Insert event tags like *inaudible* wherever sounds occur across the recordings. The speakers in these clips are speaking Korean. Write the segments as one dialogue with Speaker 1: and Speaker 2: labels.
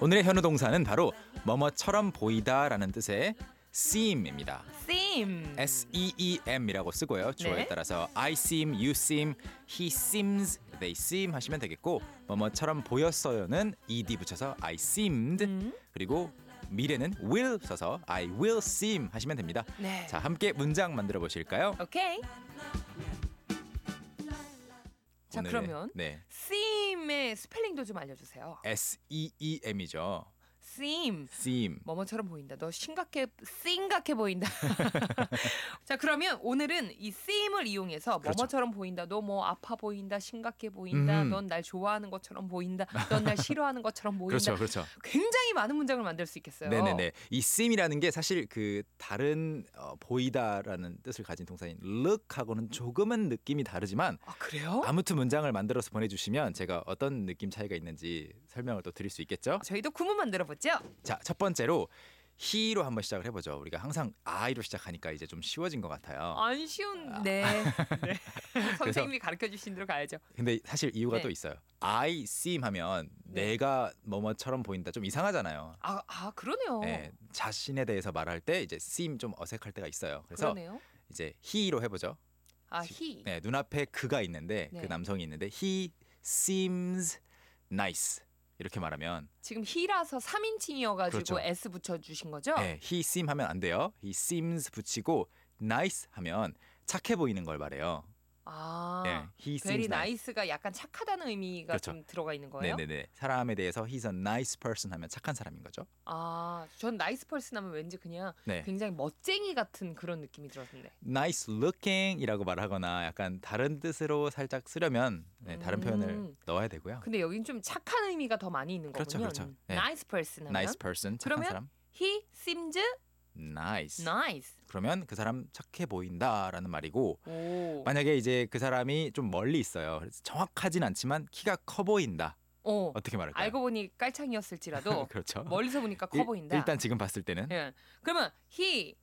Speaker 1: 오늘의 현우 동사는 바로 뭐뭐처럼 보이다라는 뜻의 seem입니다.
Speaker 2: seem.
Speaker 1: S E E M이라고 쓰고요. 주어에
Speaker 2: 네.
Speaker 1: 따라서 I seem, you seem, he seems, they seem 하시면 되겠고 뭐뭐처럼 보였어요는 ed 붙여서 I seemed
Speaker 2: 음.
Speaker 1: 그리고 미래는 will 써서 I will seem 하시면 됩니다.
Speaker 2: 네.
Speaker 1: 자, 함께 문장 만들어 보실까요?
Speaker 2: 오케이. 자,
Speaker 1: 오늘의-
Speaker 2: 그러면
Speaker 1: 네.
Speaker 2: seem의 스펠링도 좀 알려주세요.
Speaker 1: S E E M이죠.
Speaker 2: seem.
Speaker 1: seem.
Speaker 2: 뭐뭐처럼 보인다. 너 심각해, 심각해 보인다. *laughs* 자, 그러면 오늘은 이 seem을 이용해서
Speaker 1: 그렇죠.
Speaker 2: 뭐뭐처럼 보인다. 너 뭐 아파 보인다. 심각해 보인다.
Speaker 1: 음.
Speaker 2: 넌 날 좋아하는 것처럼 보인다. 넌 날 싫어하는 것처럼 보인다.
Speaker 1: *laughs* 그렇죠. 그렇죠.
Speaker 2: 굉장히 많은 문장을 만들 수 있겠어요.
Speaker 1: 네네네. 이 seem이라는 게 사실 그 다른 어, 보이다라는 뜻을 가진 동사인 look하고는 조금은 느낌이 다르지만
Speaker 2: 아, 그래요?
Speaker 1: 아무튼 문장을 만들어서 보내주시면 제가 어떤 느낌 차이가 있는지 설명을 또 드릴 수 있겠죠.
Speaker 2: 저희도 구문 만들어 보죠.
Speaker 1: 자, 첫 번째로 he로 한번 시작을 해보죠. 우리가 항상 I로 시작하니까 이제 좀 쉬워진 것 같아요.
Speaker 2: 안 *laughs* 쉬운데
Speaker 1: 네.
Speaker 2: 네. 선생님이 가르쳐 주신 대로 가야죠.
Speaker 1: 근데 사실 이유가
Speaker 2: 네.
Speaker 1: 또 있어요. I seem 하면
Speaker 2: 네.
Speaker 1: 내가 뭐뭐처럼 보인다 좀 이상하잖아요.
Speaker 2: 아, 아 그러네요.
Speaker 1: 네, 자신에 대해서 말할 때 이제 seem 좀 어색할 때가 있어요. 그래서
Speaker 2: 그러네요.
Speaker 1: 이제 he로 해보죠.
Speaker 2: 아 히.
Speaker 1: 네, 눈앞에 그가 있는데
Speaker 2: 네.
Speaker 1: 그 남성이 있는데 he seems nice 이렇게 말하면
Speaker 2: 지금 히라서 3인칭이어가지고
Speaker 1: 그렇죠.
Speaker 2: S 붙여주신 거죠?
Speaker 1: 네, he seem 하면 안 돼요. he seems 붙이고 nice 하면 착해 보이는 걸 말해요.
Speaker 2: 아.
Speaker 1: 네, he
Speaker 2: 베리
Speaker 1: seems nice.
Speaker 2: 나이스가 약간 착하다는 의미가
Speaker 1: 그렇죠.
Speaker 2: 좀 들어가 있는 거예요?
Speaker 1: 네네네. 사람에 대해서 he's a nice person 하면 착한 사람인 거죠.
Speaker 2: 아, 전 나이스 펄스 하면 왠지 그냥
Speaker 1: 네.
Speaker 2: 굉장히 멋쟁이 같은 그런 느낌이 들었는데.
Speaker 1: nice looking이라고 말하거나 약간 다른 뜻으로 살짝 쓰려면 네, 다른
Speaker 2: 음.
Speaker 1: 표현을 넣어야 되고요.
Speaker 2: 근데 여긴 좀 착한 의미가 더 많이 있는
Speaker 1: 그렇죠,
Speaker 2: 거군요.
Speaker 1: 그렇죠. 네.
Speaker 2: 나이스 펄스 하면
Speaker 1: nice person 착한
Speaker 2: 그러면
Speaker 1: 사람.
Speaker 2: he seems
Speaker 1: nice.
Speaker 2: nice.
Speaker 1: 그러면 그 사람 착해 보인다라는 말이고
Speaker 2: 오.
Speaker 1: 만약에 이제 그 사람이 좀 멀리 있어요. 그래서 정확하진 않지만 키가 커 보인다.
Speaker 2: 어.
Speaker 1: 어떻게 말할까요? *laughs*
Speaker 2: 알고 보니 깔창이었을지라도
Speaker 1: 그렇죠.
Speaker 2: 멀리서 보니까 커
Speaker 1: 일-
Speaker 2: 보인다.
Speaker 1: 일단 지금 봤을 때는
Speaker 2: 예. 그러면 he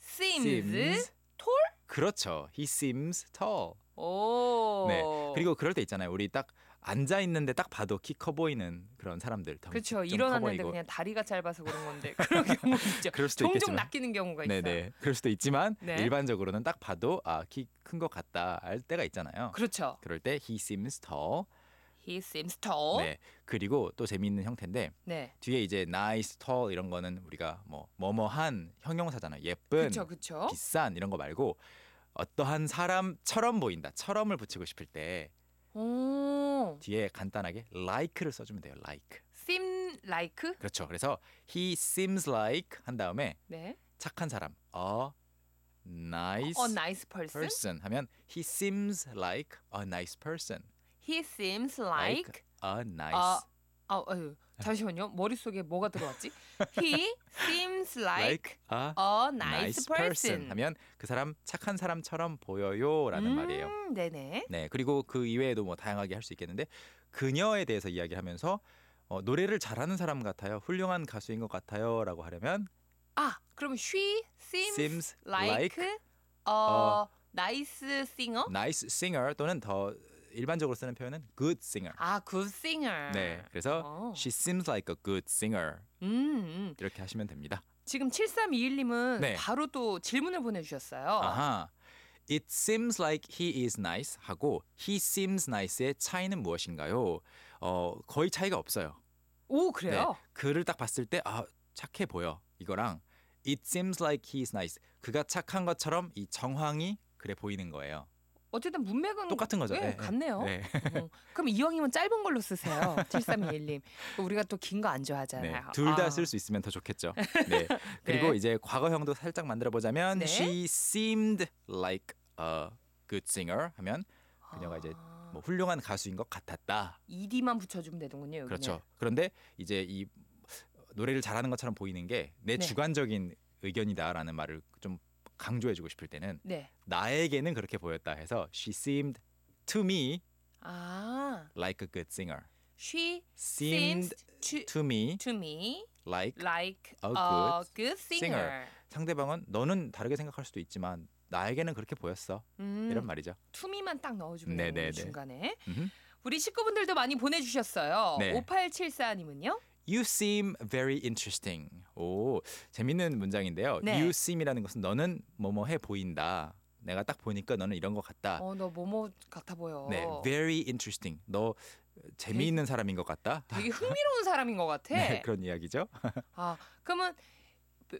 Speaker 2: seems,
Speaker 1: tall. 그렇죠. He seems tall.
Speaker 2: 오.
Speaker 1: 네. 그리고 그럴 때 있잖아요. 우리 딱 앉아 있는데 딱 봐도 키 커 보이는 그런 사람들. 덩치
Speaker 2: 그렇죠.
Speaker 1: 좀커
Speaker 2: 일어났는데
Speaker 1: 보이고.
Speaker 2: 그냥 다리가 짧아서 그런 건데
Speaker 1: *laughs*
Speaker 2: 그런 경우 있죠.
Speaker 1: 그럴 수도
Speaker 2: 종종
Speaker 1: 있겠지만.
Speaker 2: 낚이는 경우가 있어요.
Speaker 1: 네네. 그럴 수도 있지만
Speaker 2: 네.
Speaker 1: 일반적으로는 딱 봐도 아 키 큰 것 같다 알 때가 있잖아요.
Speaker 2: 그렇죠.
Speaker 1: 그럴 때 he seems tall.
Speaker 2: He seems tall. 네.
Speaker 1: 네. 그리고 또 재미있는 형태인데 뒤에 이제 nice, tall 이런 거는 우리가 뭐 뭐뭐한 형용사잖아요. 예쁜,
Speaker 2: 그렇죠. 그렇죠.
Speaker 1: 비싼 이런 거 말고 어떠한 사람처럼 보인다. 처럼을 붙이고 싶을 때
Speaker 2: 오.
Speaker 1: 뒤에 간단하게 like를 써주면 돼요. like.
Speaker 2: seem like.
Speaker 1: 그렇죠. 그래서 he seems like 한 다음에
Speaker 2: 네.
Speaker 1: 착한 사람, a nice
Speaker 2: 어, A nice person.
Speaker 1: person 하면 he seems like a nice person,
Speaker 2: He seems like,
Speaker 1: a nice.
Speaker 2: 아, 아, 아유, 잠시만요. 머릿속에 뭐가 들어왔지?
Speaker 1: *laughs*
Speaker 2: He seems like,
Speaker 1: a
Speaker 2: a
Speaker 1: nice
Speaker 2: nice,
Speaker 1: person 하면 그 사람 착한 사람처럼 보여요라는
Speaker 2: 음,
Speaker 1: 말이에요.
Speaker 2: 네네.
Speaker 1: 네 그리고 그 이외에도 뭐 다양하게 할 수 있겠는데 그녀에 대해서 이야기하면서 어, 노래를 잘하는 사람 같아요 훌륭한 가수인 것 같아요라고 하려면
Speaker 2: 아, 그럼 she seems,
Speaker 1: seems
Speaker 2: like,
Speaker 1: like,
Speaker 2: a nice singer?
Speaker 1: nice singer 또는 더 일반적으로 쓰는 표현은 good singer
Speaker 2: 아, good singer.
Speaker 1: 네 그래서
Speaker 2: 어.
Speaker 1: she seems like a good singer
Speaker 2: 음, 음.
Speaker 1: 이렇게 하시면 됩니다
Speaker 2: 지금 7321님은
Speaker 1: 네.
Speaker 2: 바로 또 질문을 보내주셨어요.
Speaker 1: 아하 It seems like he is nice 하고 he seems nice의 차이는 무엇인가요? 어 거의 차이가 없어요.
Speaker 2: 오, 그래요?
Speaker 1: 그를 딱 봤을 때 아 착해 보여 이거랑 it seems like he is nice 그가 착한 것처럼 이 정황이 그래 보이는 거예요.
Speaker 2: 어쨌든 문맥은
Speaker 1: 똑같은 거죠.
Speaker 2: 예,
Speaker 1: 네, 네.
Speaker 2: 같네요.
Speaker 1: 네.
Speaker 2: 어, 그럼 이왕이면 짧은 걸로
Speaker 1: *laughs*
Speaker 2: 쓰세요. 7321님. 우리가 또 긴 거 안
Speaker 1: 네.
Speaker 2: 좋아하잖아요.
Speaker 1: 둘 다
Speaker 2: 아.
Speaker 1: 쓸 수 있으면 더 좋겠죠. 네. 그리고
Speaker 2: *laughs* 네.
Speaker 1: 이제 과거형도 살짝 만들어 보자면
Speaker 2: 네.
Speaker 1: she seemed like a good singer 하면 그녀가 이제
Speaker 2: 아,
Speaker 1: 뭐 훌륭한 가수인 것 같았다.
Speaker 2: ED만 붙여주면 되는군요. 여기는.
Speaker 1: 그렇죠. 그런데 이제 이 노래를 잘하는 것처럼 보이는 게 내
Speaker 2: 네.
Speaker 1: 주관적인 의견이다라는 말을 좀 강조해주고 싶을 때는
Speaker 2: 네.
Speaker 1: 나에게는 그렇게 보였다 해서 she seemed to me
Speaker 2: 아,
Speaker 1: like a good singer.
Speaker 2: she
Speaker 1: seemed
Speaker 2: seems to,
Speaker 1: to me
Speaker 2: to me
Speaker 1: like
Speaker 2: like
Speaker 1: A
Speaker 2: a,
Speaker 1: 아, good
Speaker 2: good, singer.
Speaker 1: 상대방은 너는 다르게 생각할 수도 있지만 나에게는 그렇게 보였어.
Speaker 2: 음,
Speaker 1: 이런 말이죠.
Speaker 2: 투미만 딱 넣어주면
Speaker 1: 네, 네, 네.
Speaker 2: 중간에
Speaker 1: 음흠.
Speaker 2: 우리 식구분들도 많이 보내주셨어요.
Speaker 1: 네.
Speaker 2: 5874님은요.
Speaker 1: You seem very interesting. 오, 재밌는 문장인데요.
Speaker 2: 네.
Speaker 1: You seem이라는 것은 너는 뭐뭐해 보인다. 내가 딱 보니까 너는 이런 것 같다.
Speaker 2: 어 너 뭐뭐 같아 보여.
Speaker 1: 아. 네, very interesting. 너 재미있는 사람인 것 같다.
Speaker 2: 되게 흥미로운 사람인 것
Speaker 1: *laughs*
Speaker 2: 같아.
Speaker 1: 네, 그런 이야기죠.
Speaker 2: 아 그러면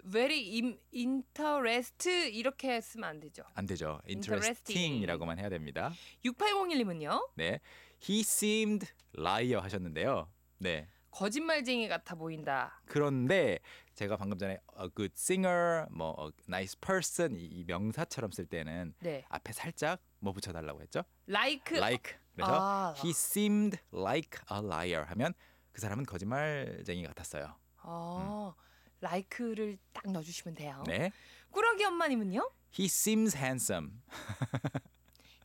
Speaker 2: very in, interest 이렇게 쓰면 안 되죠.
Speaker 1: 안 되죠.
Speaker 2: Interesting.
Speaker 1: interesting이라고만 해야 됩니다.
Speaker 2: 6801님은요.
Speaker 1: 네, he seemed liar 하셨는데요. 네,
Speaker 2: 거짓말쟁이 같아 보인다.
Speaker 1: 그런데 제가 방금 전에 a good singer, 뭐 a nice person 이, 이 명사처럼 쓸 때는
Speaker 2: 네.
Speaker 1: 앞에 살짝 뭐 붙여달라고 했죠?
Speaker 2: like.
Speaker 1: like. 그래서
Speaker 2: 아,
Speaker 1: He seemed like a liar 하면 그 사람은 거짓말쟁이 같았어요.
Speaker 2: 아, like를 딱 넣어주시면 돼요.
Speaker 1: 음. 네.
Speaker 2: 꾸러기 엄마님은요.
Speaker 1: He seems handsome.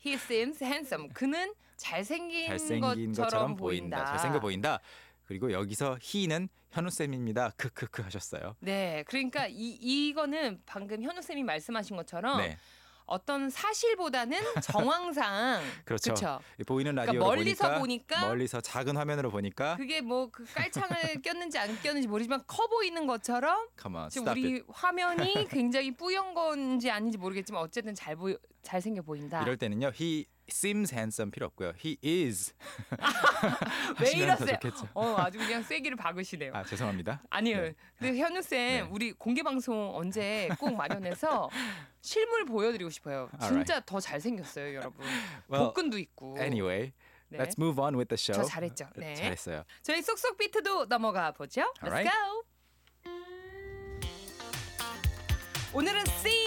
Speaker 2: He seems handsome. 그는 잘생긴,
Speaker 1: 잘생긴 것처럼 보인다. 잘생겨 보인다. 그리고 여기서 he는 현우 쌤입니다. 크크크 하셨어요.
Speaker 2: 네, 그러니까 이 이거는 방금 현우 쌤이 말씀하신 것처럼
Speaker 1: 네.
Speaker 2: 어떤
Speaker 1: *laughs*
Speaker 2: 사실보다는 정황상
Speaker 1: 그렇죠.
Speaker 2: 그쵸?
Speaker 1: 보이는 라디오
Speaker 2: 그러니까 멀리서 보니까,
Speaker 1: 멀리서 작은 화면으로 보니까
Speaker 2: 그게 뭐 그
Speaker 1: *laughs*
Speaker 2: 깔창을 꼈는지 안 꼈는지 모르지만 커 보이는 것처럼
Speaker 1: come on,
Speaker 2: 지금
Speaker 1: 아, stop it.
Speaker 2: 우리
Speaker 1: *laughs*
Speaker 2: 화면이 굉장히 뿌연 건지 아닌지 모르겠지만 어쨌든 잘 보이 잘 생겨 보인다.
Speaker 1: 이럴 때는요. he seems handsome 필요 없고요. he is
Speaker 2: *laughs* 왜
Speaker 1: 하시면 더
Speaker 2: 이러세요?
Speaker 1: 좋겠죠.
Speaker 2: 어 아주 그냥 쐐기를 박으시네요.
Speaker 1: 아, 죄송합니다.
Speaker 2: 아니요.
Speaker 1: 네.
Speaker 2: 근데 현우 쌤
Speaker 1: 네.
Speaker 2: 우리 공개 방송 언제 꼭
Speaker 1: *laughs*
Speaker 2: 마련해서 실물 보여드리고 싶어요. 진짜 더 잘생겼어요, 여러분.
Speaker 1: Well,
Speaker 2: 복근도 있고.
Speaker 1: anyway,
Speaker 2: 네.
Speaker 1: let's move on with the
Speaker 2: 저
Speaker 1: show.
Speaker 2: 잘했죠. 네.
Speaker 1: 잘했어요.
Speaker 2: 저희 쏙쏙 비트도 넘어가 보죠. Let's
Speaker 1: Alright.
Speaker 2: go. 오늘은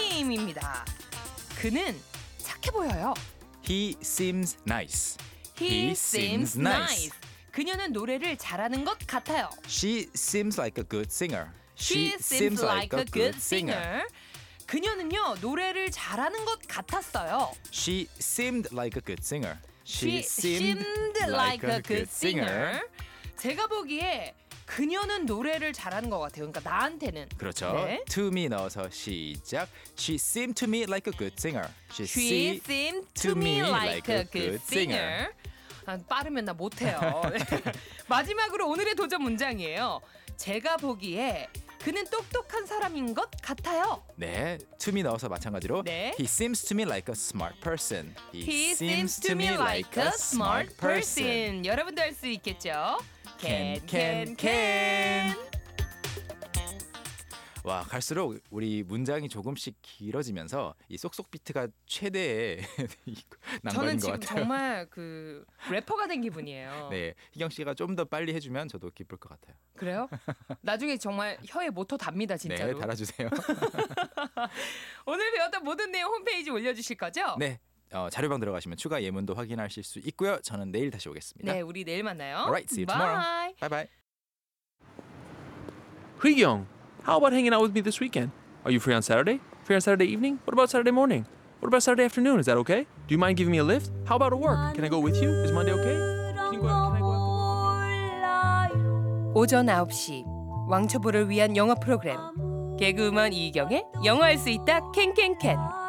Speaker 2: 쌤입니다. 그는 착해 보여요.
Speaker 1: He seems nice.
Speaker 2: He,
Speaker 1: He seems
Speaker 2: seems nice.
Speaker 1: nice.
Speaker 2: 그녀는 노래를 잘하는 것 같아요.
Speaker 1: She seems like a good singer.
Speaker 2: She seems like a good singer. 그녀는요 노래를 잘하는 것 같았어요.
Speaker 1: She seemed like a good singer.
Speaker 2: She seemed like a good singer. 제가 보기에 그녀는 노래를 잘하는 것 같아요. 그러니까 나한테는
Speaker 1: 그렇죠.
Speaker 2: 네.
Speaker 1: To me 넣어서 시작. She seemed to me like a good singer. She,
Speaker 2: She
Speaker 1: see-
Speaker 2: seemed to me like a good singer. 아, 빠르면 나 못해요. *laughs* 마지막으로 오늘의 도전 문장이에요. 제가 보기에 그는 똑똑한 사람인 것 같아요.
Speaker 1: 네, to me 넣어서 마찬가지로.
Speaker 2: 네.
Speaker 1: He seems to me like a smart person.
Speaker 2: He seems to me like a smart person. 여러분도 할 수 있겠죠? Can can can.
Speaker 1: 와 갈수록 우리 문장이 조금씩 길어지면서 이 쏙쏙 비트가 최대의 *laughs*
Speaker 2: 저는
Speaker 1: 난관인 것
Speaker 2: 지금
Speaker 1: 같아요.
Speaker 2: 정말 그 래퍼가 된 *laughs* 기분이에요.
Speaker 1: *laughs* 네, 희경 씨가 좀 더 빨리 해주면 저도 기쁠 것 같아요.
Speaker 2: 그래요? 나중에 정말 혀에 모터 답니다 진짜로.
Speaker 1: 네, 달아주세요.
Speaker 2: *laughs* 오늘 배웠던 모든 내용 홈페이지 올려주실 거죠?
Speaker 1: 네, 어, 자료방 들어가시면 추가 예문도 확인하실 수 있고요. 저는 내일 다시 오겠습니다.
Speaker 2: 네, 우리 내일 만나요.
Speaker 1: Alright, see you tomorrow.
Speaker 2: Bye.
Speaker 1: 바이바이.
Speaker 3: Young, how about hanging out with me this weekend? Are you free on Saturday? Free on Saturday evening? What about Saturday morning? What about Saturday afternoon? Is that okay? Do you mind giving me a lift? How about at work? Can I go with you? Is Monday okay? Can you go, can I go after work?
Speaker 2: 오전 9시 왕초보를 위한 영어 프로그램 개그우먼 이경의 영어할 수 있다 캔캔캔.